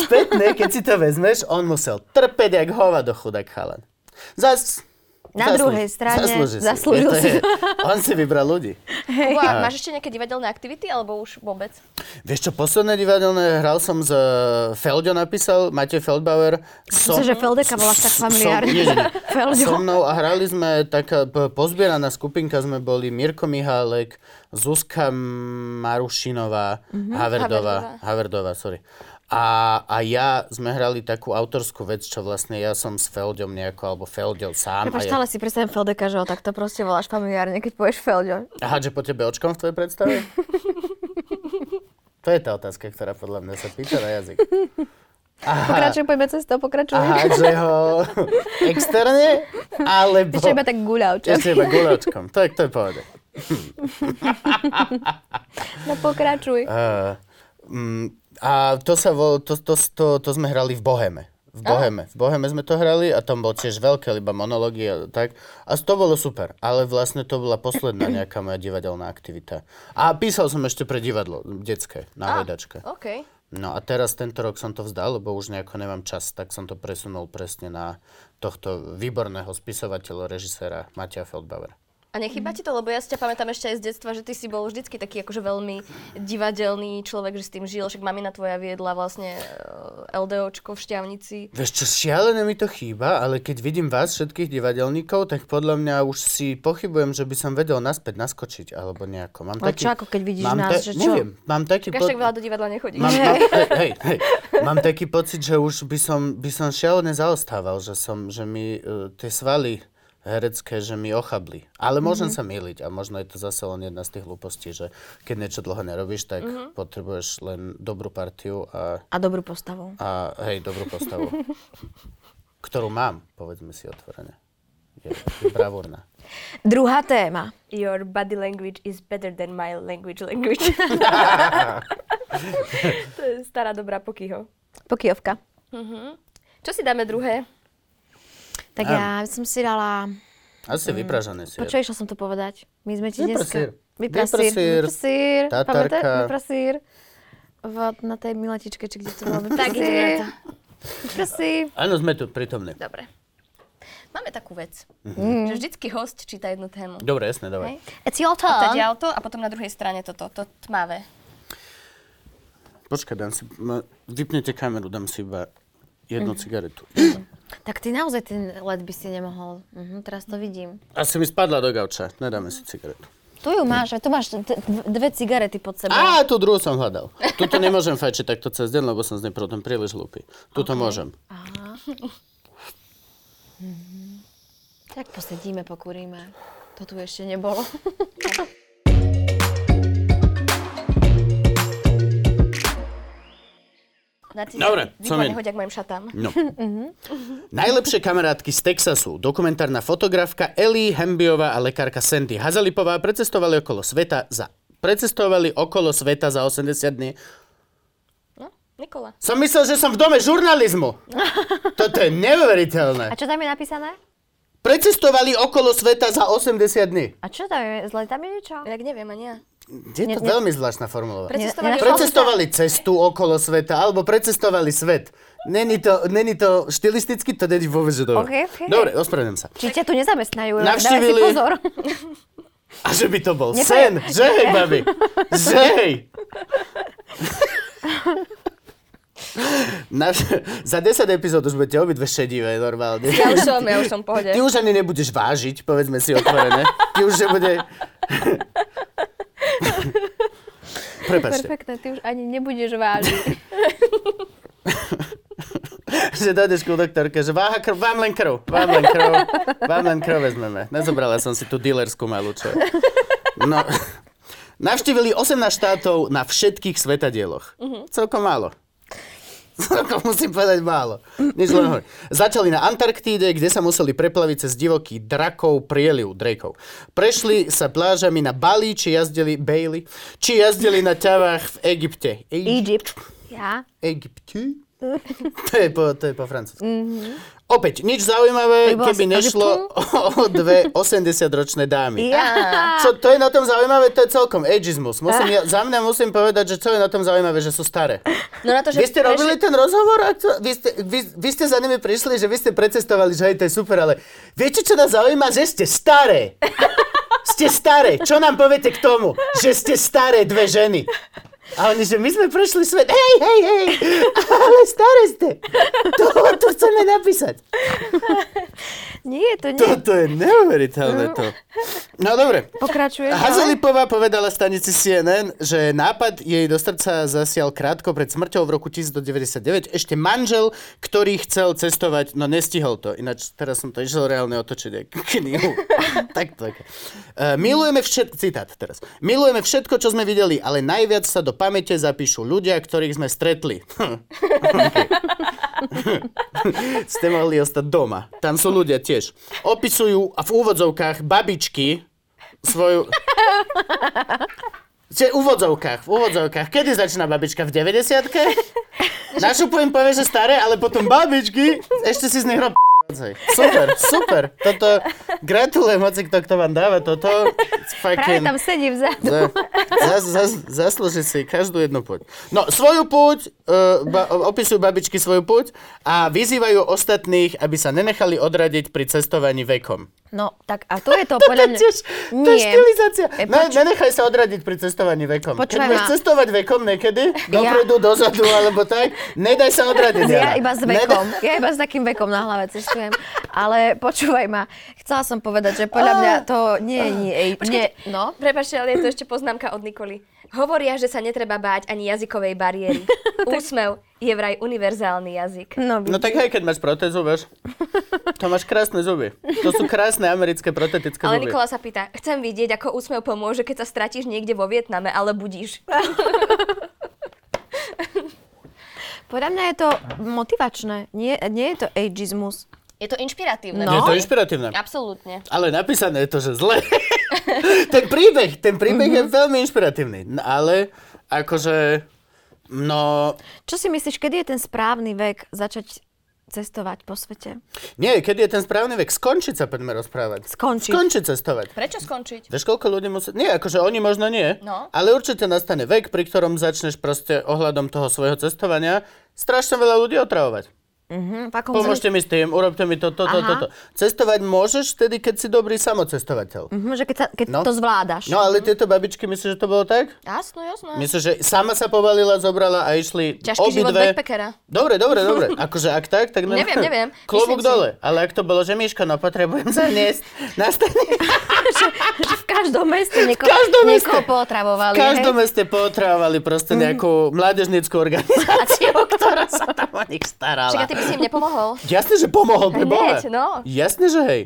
B: Spätne, keď si to vezmeš, on musel trpeť, jak hovado chudák chalan. Zas...
A: Na druhej strane
B: zaslúži si.
A: zaslúžil
B: Je to
A: si.
B: je- On si vybral ľudí.
C: Kuba, máš ešte nejaké divadelné aktivity, alebo už vôbec?
B: Vieš čo, posledné divadelné hral som z Felďo napísal, Matej Feldbauer. So,
A: Myslím, že Feldeka bola tak familiárna.
B: So, nie, nie, nie.
A: Felďo.
B: So mnou a hrali sme taká p- pozbieraná skupinka, sme boli Mirko Mihálek, Zuzka Marušinová,
A: Mhm,
B: Haverdová,
C: Haverdová.
B: Haverdová, sorry. A, a ja sme hrali takú autorskú vec, čo vlastne ja som s Feldom nejako, alebo Feldel sám.
A: Prepač,
B: a ja,
A: stále si predstavím Feldeka, že ho takto proste voláš familiárne, keď povieš Felďo.
B: Aha, že po tebe očkom v tvojej predstave? to je tá otázka, ktorá podľa mňa sa pýta na jazyk. Aha,
A: Pokračuj, poďme cez to, pokračuj.
B: aha že ho externe, alebo...
A: Ešte iba tak guľav, čo?
B: Ešte iba guľočkom, to je, to je pohode.
A: No pokračuj.
B: Uh, mm, a to, sa vol, to, to, to, to sme hrali v Boheme. V Boheme. V Boheme sme to hrali a tam bol tiež veľké, iba monológy a tak. A to bolo super, ale vlastne to bola posledná nejaká moja divadelná aktivita. A písal som ešte pre divadlo, detské, na hojdačke.
C: OK.
B: No a teraz tento rok som to vzdal, lebo už nejako nemám čas, tak som to presunul presne na tohto výborného spisovateľa, režiséra Matia Feldbauera.
C: A nechýba ti to, lebo ja si ťa pamätám ešte aj z detstva, že ty si bol vždycky taký akože veľmi divadelný človek, že s tým žil, však mamina tvoja viedla vlastne eh, LDOčko v Šťavnici.
B: Vieš čo, šialené mi to chýba, ale keď vidím vás, všetkých divadelníkov, tak podľa mňa už si pochybujem, že by som vedel naspäť naskočiť, alebo nejako. Mám
A: Ale
B: taký,
A: No čo ako keď vidíš
B: mám
A: nás, že čo?
B: Neviem, mám taký...
C: Až tak veľa do divadla nechodí.
B: Mám, mám, hej, hej, hej. mám taký pocit, že už by som, by som šialene zaostával, že, som, že mi uh, e, tie svaly herecké, že mi ochabli. Ale môžem sa myliť a možno je to zase len jedna z tých hlúpostí, že keď niečo dlho nerobíš, tak potrebuješ len dobrú partiu a,
A: A dobrú postavu.
B: a hej, dobrú postavu. ktorú mám, povedzme si otvorene. Je, je bravúrna.
A: Druhá téma.
C: Your body language is better than my language language. to je stará dobrá pokyho.
A: Pokijovka.
C: Čo si dáme druhé?
A: Tak ja som si dala...
B: Asi vypražaný si.
A: Počuj, išla som to povedať. My sme ti dneska...
B: Vyprsír.
A: Vyprasír.
B: Vyprsír,
A: Vyprasír.
B: tatarka.
A: Pamätáš? Vyprasír. V, na tej miletičke, či kde to bolo. Tak
C: ideme na to.
A: Vyprasír.
B: Áno, sme tu prítomní.
C: Dobre. Máme takú vec, že vždycky host číta jednu tému.
B: Mhm. Dobre, jasné, dobre.
C: Hej.
F: It's your
C: Tá
F: turn.
C: ďalto a potom na druhej strane toto, to tmavé.
B: Počkaj, dám si, m- vypnite kameru, dám si iba jednu cigaretu.
A: Tak ty naozaj ten let by si nemohol. Mhm, teraz to vidím.
B: Asi mi spadla do gauča, nedáme si cigaretu.
A: Tu ju máš, a tu máš d- d- dve cigarety pod sebou.
B: Á, tú druhú som hľadal. Tuto nemôžem fajčiť takto cez deň, lebo som z nej potom príliš hlúpy. Tuto môžem.
A: Mhm. Tak posedíme, pokúrime. To tu ešte nebolo.
C: Dáte
B: Dobre, som in.
C: výborne hodia k mojim šatám.
B: No. Najlepšie kamarátky z Texasu, dokumentárna fotografka Ellie Hembiová a lekárka Sandy Hazalipová precestovali okolo sveta za precestovali okolo sveta za 80 dní.
C: No, Nikola.
B: Som myslel, že som v dome žurnalizmu. Toto je neuveriteľné.
F: A čo tam je napísané?
B: Precestovali okolo sveta za 80 dní.
F: A čo tam je? Zle tam je niečo?
C: Inak neviem ani ja.
B: Je to veľmi zvláštna formulová.
C: Precestovali
B: Precestovali cestu okolo sveta, alebo precestovali svet. Není to, není to štilisticky, to není vôbec, že dobre.
F: Ok, ok.
B: Dobre, ospravedlňujem sa.
F: Či ťa tu nezamestnajú? Dávaj si
B: Navštívili-
F: pozor.
B: A že by to bol sen, že hej, babi, že hej. Naš, za 10 epizód už budete obidve šedivé normálne.
C: Ja už som, ja už som v pohode.
B: Ty už ani nebudeš vážiť, povedzme si otvorené. Ty už že bude... Prepačte.
F: Perfektné, ty už ani nebudeš vážiť.
B: že dojdeš ku doktorke, že váha krv, vám len krv, vám len krv, vám len krv vezmeme. Nezobrala som si tú dealerskú malú, čo je. No, navštívili 18 štátov na všetkých svetadieloch. Celkom málo. Celkom musím povedať málo. Nič len hovorí. Začali na Antarktíde, kde sa museli preplaviť cez divoký drakov prieliv Drakeov. Prešli sa plážami na Bali, či jazdili Bailey, či jazdili na ťavách v Egypte. Egypt.
F: Egypt. Ja.
B: Egypte? to, je po, to je po francúzsku. Opäť, nič zaujímavé,
F: Mhm. bola
B: keby
F: z
B: nešlo o dve 80-ročné dámy.
F: Ja.
B: Čo, to je na tom zaujímavé, to je celkom ageismus. Musím, ja, za mňa musím povedať, že čo je na tom zaujímavé, že sú staré.
C: No na to, že
B: Vy ste robili ten rozhovor a to, vy, ste, vy, vy ste za nimi prišli, že vy ste precestovali, že hej, to je super, ale viete, čo nás zaujíma? Že ste staré. ste staré. Čo nám poviete k tomu? Že ste staré dve ženy. A oni, že my sme prešli svet, hej, hej, hej, ale staré ste. To, to chceme napísať.
A: Nie, to nie.
B: Toto je neuveriteľné to. No dobre.
A: Pokračuješ?
B: Hazelipová povedala stanici CNN, že nápad jej do srdca zasial krátko pred smrťou v roku 1999 ešte manžel, ktorý chcel cestovať, no nestihol to. Ináč teraz som to išiel reálne otočiť jak knihu. tak, tak. E, milujeme všetko, citát teraz. Milujeme všetko, čo sme videli, ale najviac sa do pamäte zapíšu ľudia, ktorých sme stretli. Hm. Ste mohli ostať doma. Tam sú ľudia tiež. Opisujú a v úvodzovkách babičky svoju... Čiže úvodzovkách, v úvodzovkách. Kedy začína babička? V 90 Našupujem povie, že staré, ale potom babičky, ešte si z nich rob p***cej. Super, super. Toto, gratulujem hoci kto, kto vám dáva toto. It's
F: Práve
B: Fucking...
F: tam sedím vzadu.
B: Za, za, za, zaslúži si každú jednu púť. No, svoju púť, uh, ba, opisujú babičky svoju púť a vyzývajú ostatných, aby sa nenechali odradiť pri cestovaní vekom.
A: No, tak a to je to, podľa mňa.
B: Tiež, to je
A: Nie.
B: štilizácia.
A: E,
B: Ne, nenechaj sa odradiť pri cestovaní vekom. Keď
A: Počúvaj
B: budeš
A: ma.
B: cestovať vekom niekedy, dopredu, dozadu alebo tak, nedaj sa odradiť.
A: Ja
B: Jana.
A: iba s
B: Nedaj-
A: vekom. Ja iba s takým vekom na hlave cestujem. Ale počúvaj ma. Chcela som povedať, že podľa mňa to nie je... Nie, nie, no.
C: Prepačte, ale je to ešte poznámka od Nikoli. Hovoria, že sa netreba báť ani jazykovej bariéry. Úsmev je vraj univerzálny jazyk.
A: No,
B: No tak aj keď máš protézu, vieš, to máš krásne zuby. To sú krásne americké protetické
C: Ale
B: zuby.
C: Nikola sa pýta, chcem vidieť, ako úsmev pomôže, keď sa stratíš niekde vo Vietname, ale budíš.
A: podľa mňa je to motivačné. Nie, nie je to ageismus.
C: Je to inšpiratívne.
B: Je
A: No.
B: to inšpiratívne.
C: Absolútne.
B: Ale napísané je to, že zle. ten príbeh, ten príbeh
A: Mhm.
B: je veľmi inšpiratívny. No, ale akože, no,
A: Čo si myslíš, kedy je ten správny vek začať cestovať po svete?
B: nie, keď je ten správny vek, skončiť sa poďme rozprávať.
A: Skončiť.
B: Skončiť cestovať.
C: Prečo skončiť?
B: Vieš, koľko ľudí musí... Nie, akože oni možno nie,
C: No.
B: ale určite nastane vek, pri ktorom začneš proste ohľadom toho svojho cestovania strašne veľa ľudí otravovať.
A: Mhm, v akom
B: Pomôžte mi s tým, urobte mi toto, toto, toto. Cestovať môžeš vtedy, keď si dobrý samocestovateľ.
A: Mhm, že keď, sa, keď
B: No.
A: to zvládaš.
B: No ale tieto babičky, myslíš, že to bolo tak?
C: Jasno, jasno.
B: Myslím, že sama sa povalila, zobrala a išli
C: Ťažký život
B: obidve.
C: backpackera.
B: Dobre, dobre, dobre. Akože ak tak, tak...
C: Neviem, neviem. Myslím
B: Klobúk
C: si.
B: dole. Ale ak to bolo, že Miško, no potrebujem sa niesť. Nastane
A: v každom meste
B: v každom meste.
F: Niekoho pootravovali.
B: V každom meste potrávali
C: Mhm.
B: proste nejakú mládežnickú organizáciu, ktorá sa tam o nich starala.
C: Však a ty by si im nepomohol.
B: Jasne, že pomohol pre Boha.
C: Hneď, no.
B: Jasne, že hej.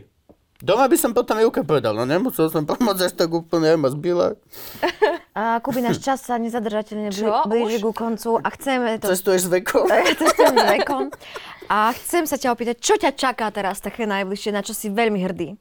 B: Doma by som potom Júke povedal, no nemusel som pomôcť, až tak úplne ma zbila.
A: A Kubi, náš čas sa nezadržateľne bli-
C: Čo?
A: blíži ku koncu a chceme to...
B: Cestuješ s vekom.
A: Cestujem s vekom. A chcem sa ťa opýtať, čo ťa čaká teraz také najbližšie, na čo si veľmi hrdý?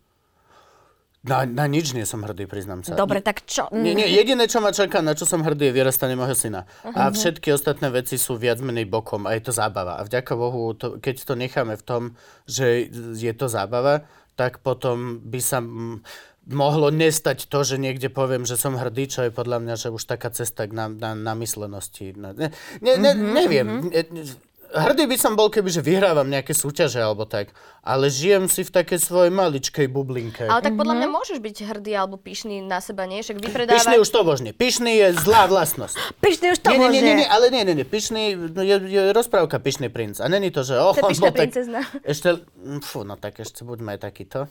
B: Na, na nič nie som hrdý, priznám sa.
A: Dobre, tak čo?
B: No, Nie, nie, jediné, čo ma čaká, na čo som hrdý, je vyrastanie môjho syna. A všetky ostatné veci sú viac menej bokom a je to zábava. A vďaka Bohu, to, keď to necháme v tom, že je to zábava, tak potom by sa m- mohlo nestať to, že niekde poviem, že som hrdý, čo je podľa mňa, že už taká cesta k na, na, namyslenosti. Ne, ne, ne, neviem. Ne, ne, Hrdý by som bol, kebyže vyhrávam nejaké súťaže alebo tak, ale žijem si v takej svojej maličkej bublinke.
C: Ale tak podľa mňa
A: Mhm.
C: môžeš byť hrdý alebo pyšný na seba, nie? Však
B: Pyšný
C: vypredávať...
B: už to božne. Pyšný je zlá vlastnosť.
A: Pišný už to
B: nie, nie,
A: môže.
B: nie, nie, ale nie, nie, nie. Pyšný, no, je, je rozprávka Pyšný princ. A není to, že... Oh,
C: To je
B: on
C: pyšná
B: bol tak-
C: princezna.
B: Ešte, mm, fú, no tak ešte buďme aj takýto.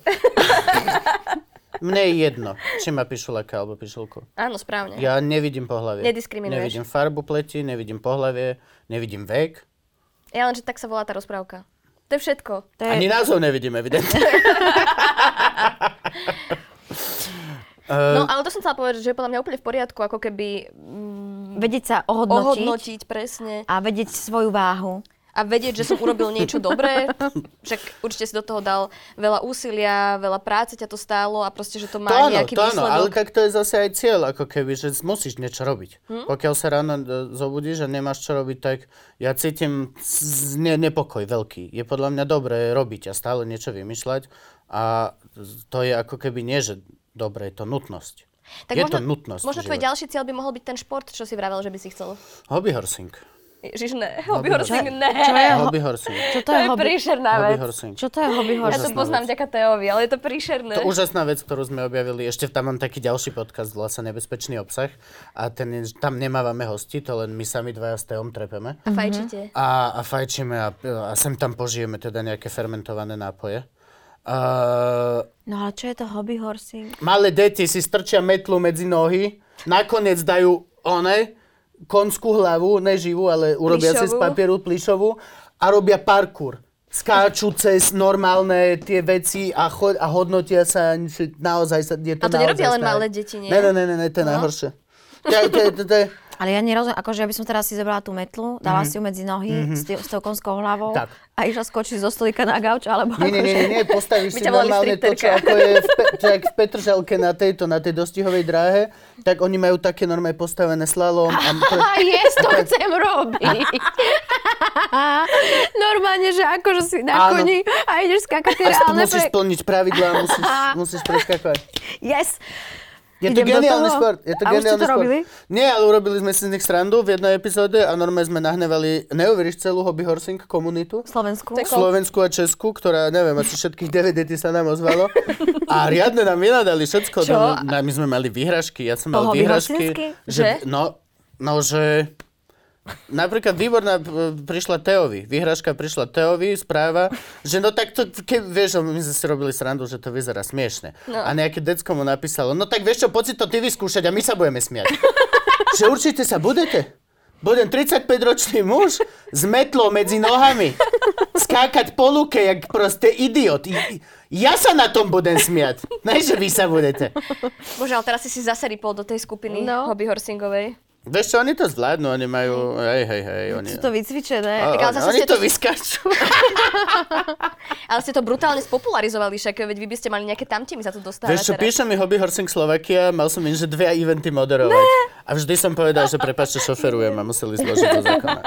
B: Mne je jedno, či má pišulaka alebo pišulku.
C: Áno, správne.
B: Ja nevidím pohlavie.
C: Nediskriminuješ.
B: Nevidím farbu pleti, nevidím pohlavie, nevidím vek.
C: Ja len, že tak sa volá tá rozprávka. To je všetko.
A: To je,
B: Ani názov nevidím, evidentne. Eh.
C: No, ale to som chcela povedať, že je podľa mňa úplne v poriadku, ako keby mm,
A: vedieť sa ohodnotiť,
C: ohodnotiť presne
A: a vedieť svoju váhu.
C: a vedieť, že som urobil niečo dobré. Však určite si do toho dal veľa úsilia, veľa práce ťa to stálo a proste, že to má
B: To áno,
C: nejaký
B: to áno, ale
C: výsledok.
B: tak to je zase aj cieľ, ako keby, že musíš niečo robiť. Hm? Pokiaľ sa ráno e, zobudíš a nemáš čo robiť, tak ja cítim z- ne, nepokoj veľký. Je podľa mňa dobré robiť a stále niečo vymýšľať a to je ako keby nie, že dobré, je to nutnosť.
C: Tak
B: je
C: možno,
B: to nutnosť.
C: možno
B: v
C: tvoj
B: živote.
C: ďalší cieľ by mohol byť ten šport, čo si vravel, že by si chcel.
B: Hobby horsing.
C: Ježiš, ne,
B: Hobby
C: hobby horsing,
B: horsing.
C: ne.
A: Čo je, ho-
B: Hobby horsing.
A: čo to
C: Eh, To
A: je
C: je
A: hobby?
C: príšerná
B: Hobby
C: vec.
B: horsing.
A: Čo to je hobby
C: Ja to
A: horse?
B: Úžasná
C: poznám
B: vec.
C: vďaka Teovi, ale je to príšerné.
B: To je úžasná vec, ktorú sme objavili. Ešte tam mám taký ďalší podcast, volá sa Nebezpečný obsah. A ten je, tam nemávame hosti, to len my sami dvaja s Teom trepeme.
C: A fajčite.
B: A, a fajčíme a, a sem tam požijeme teda nejaké fermentované nápoje. Uh,
A: No ale čo je to hobby horsing?
B: malé deti si strčia metlu medzi nohy, nakoniec dajú one, konskú hlavu, neživú, ale urobia si z
C: Plyšovú.
B: papieru plišovú a robia parkour. Skáču cez normálne tie veci a, cho- a hodnotia sa, že naozaj sa, je
C: A
B: to
C: to
B: naozaj
C: nerobia len
B: snaha.
C: malé deti, nie? No.
B: Ne, ne, ne, ne, ne to je najhoršie. To je- to je- to je-
A: Ale ja nerozumiem, akože ja by som teraz si zobrala tú metlu, dala si ju medzi nohy s, tý, s tou konskou hlavou
B: Mhm. Tak.
A: a išla skočiť zo stolíka na gauč, alebo akože-
B: Nie, nie, nie, nie, nie, postavíš
C: By
B: si
C: ťa volali
B: normálne to, čo
C: stripterka.
B: ako je v, pe- to, jak v Petržalke na tejto, na tej dostihovej dráhe, tak oni majú také normálne postavené slalom. A to,
F: A jesť to chcem robiť.
A: Normálne, že akože si na
B: Áno.
A: koni a ideš skákať tie
B: a s-
A: reálne
B: musíš
A: pre...
B: splniť pravidlá, musíš, musíš preskakovať.
A: Yes!
B: Je to
A: Idem do
B: geniálny
A: toho.
B: šport. Je to
A: A už ste to
B: geniálny šport.
A: robili?
B: Nie, ale urobili sme si z nich srandu v jednej epizóde a normálne sme nahnevali, neuveríš celú hobby horsing
A: V
B: komunitu?
A: Slovensku.
B: v Slovensku a Česku, ktorá, neviem, asi všetkých 9 detí sa nám ozvalo. A riadne nám vynadali všetko.
C: Čo?
B: No, na, my sme mali výhražky, ja som mal
A: Toho
B: výhražky.
A: vyhostinský?
B: Že? No, no, že Napríklad výborná p- prišla Teovi, výhražka prišla Teovi, správa, že no tak to, ke, vieš, my sme si robili srandu, že to vyzerá smiešne. No. A nejaké decko mu napísalo, no tak vieš čo, poď si to ty vyskúšať a my sa budeme smiať. že určite sa budete. Budem 35-ročný muž s metlou medzi nohami. Skákať po luke, jak proste idiot. I- Ja sa na tom budem smiať. Ne, že vy sa budete.
C: Bože, ale teraz si si zase ripol do tej skupiny no. hobby horsingovej.
B: Vieš čo, oni to zvládnu, oni majú... Hej, hej, hej, oni...
A: Sú No, to vycvičené.
B: A-
C: Tak ale
B: oni-
C: zase
B: oni
C: ste
B: to
C: to-
B: vyskáču.
C: Ale ste to brutálne spopularizovali, však veď vy by ste mali nejaké tamtimy za to dostávať.
B: Vieš čo,
C: teraz.
B: píše mi Hobby Horsing Slovakia, mal som im, že dve eventy moderovať. Ne. A vždy som povedal, že prepáčte, šoferujem a museli zložiť do zákona.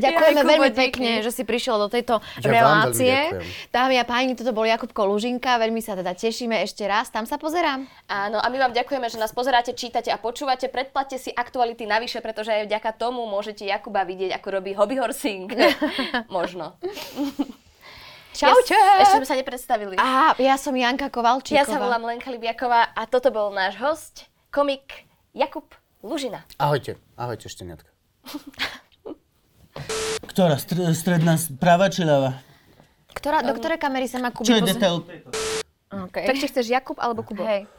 F: Ďakujeme
C: Jaj, Kubo,
F: veľmi
C: díky.
F: pekne, že si prišiel do tejto
B: Ja vám
F: relácie.
B: veľmi
F: Dámy a páni, toto bol Jakub Kolužinka, veľmi sa teda tešíme ešte raz, tam sa pozerám.
C: Áno, a my vám ďakujeme, že nás pozeráte, čítate a počúvate. Predplatte si aktuality navyše, pretože aj vďaka tomu môžete Jakuba vidieť, ako robí hobby horsing. Možno.
F: Čaute!
C: Ja, ešte sme sa nepredstavili.
F: Á, ja som Janka Kovalčíková.
C: ja sa volám Lenka Libiaková a toto bol náš host, komik Jakub Lužina.
B: Ahojte, ahojte, šteniatka. Ktorá? Str- stredná s- práva či ľava?
F: Ktorá, do ktorej kamery sa má
B: Čo je
F: Kubi pozrieť?
B: detail?
C: Tak či chceš Jakub alebo Kubo?
F: Hej,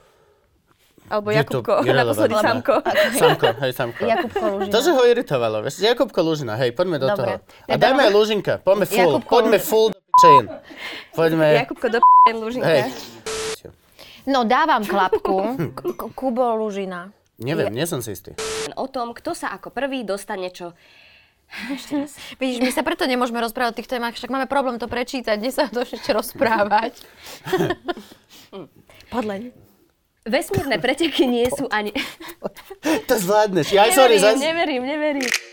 C: Alebo
B: Je to
C: Jakubko, naposledy
B: irrelevantné.
C: samko.
B: Samko, hej, Samko.
F: Jakub Kolužina.
B: To, že ho iritovalo, vieš, Jakubko Lužina, hej, poďme do toho.
F: Dobre.
B: A dajme aj Lužinka, poďme full,
F: Jakubko
B: poďme
F: Lužina.
B: full do pičejín. Poďme,
C: Jakubko do p***en
B: hej.
C: Lužinka.
F: No dávam klapku.
A: K- K- Kubo Lužina.
B: Neviem, nie som si istý.
D: O tom, kto sa ako prvý dostane čo.
A: Vidíš, my sa preto nemôžeme rozprávať o tých témach, však máme problém to prečítať, kde sa to ešte rozprávať. Podľa
D: Vesmírne preteky nie sú ani...
B: To zvládneš. Ja, sorry, zas...
C: Neverím, neverím.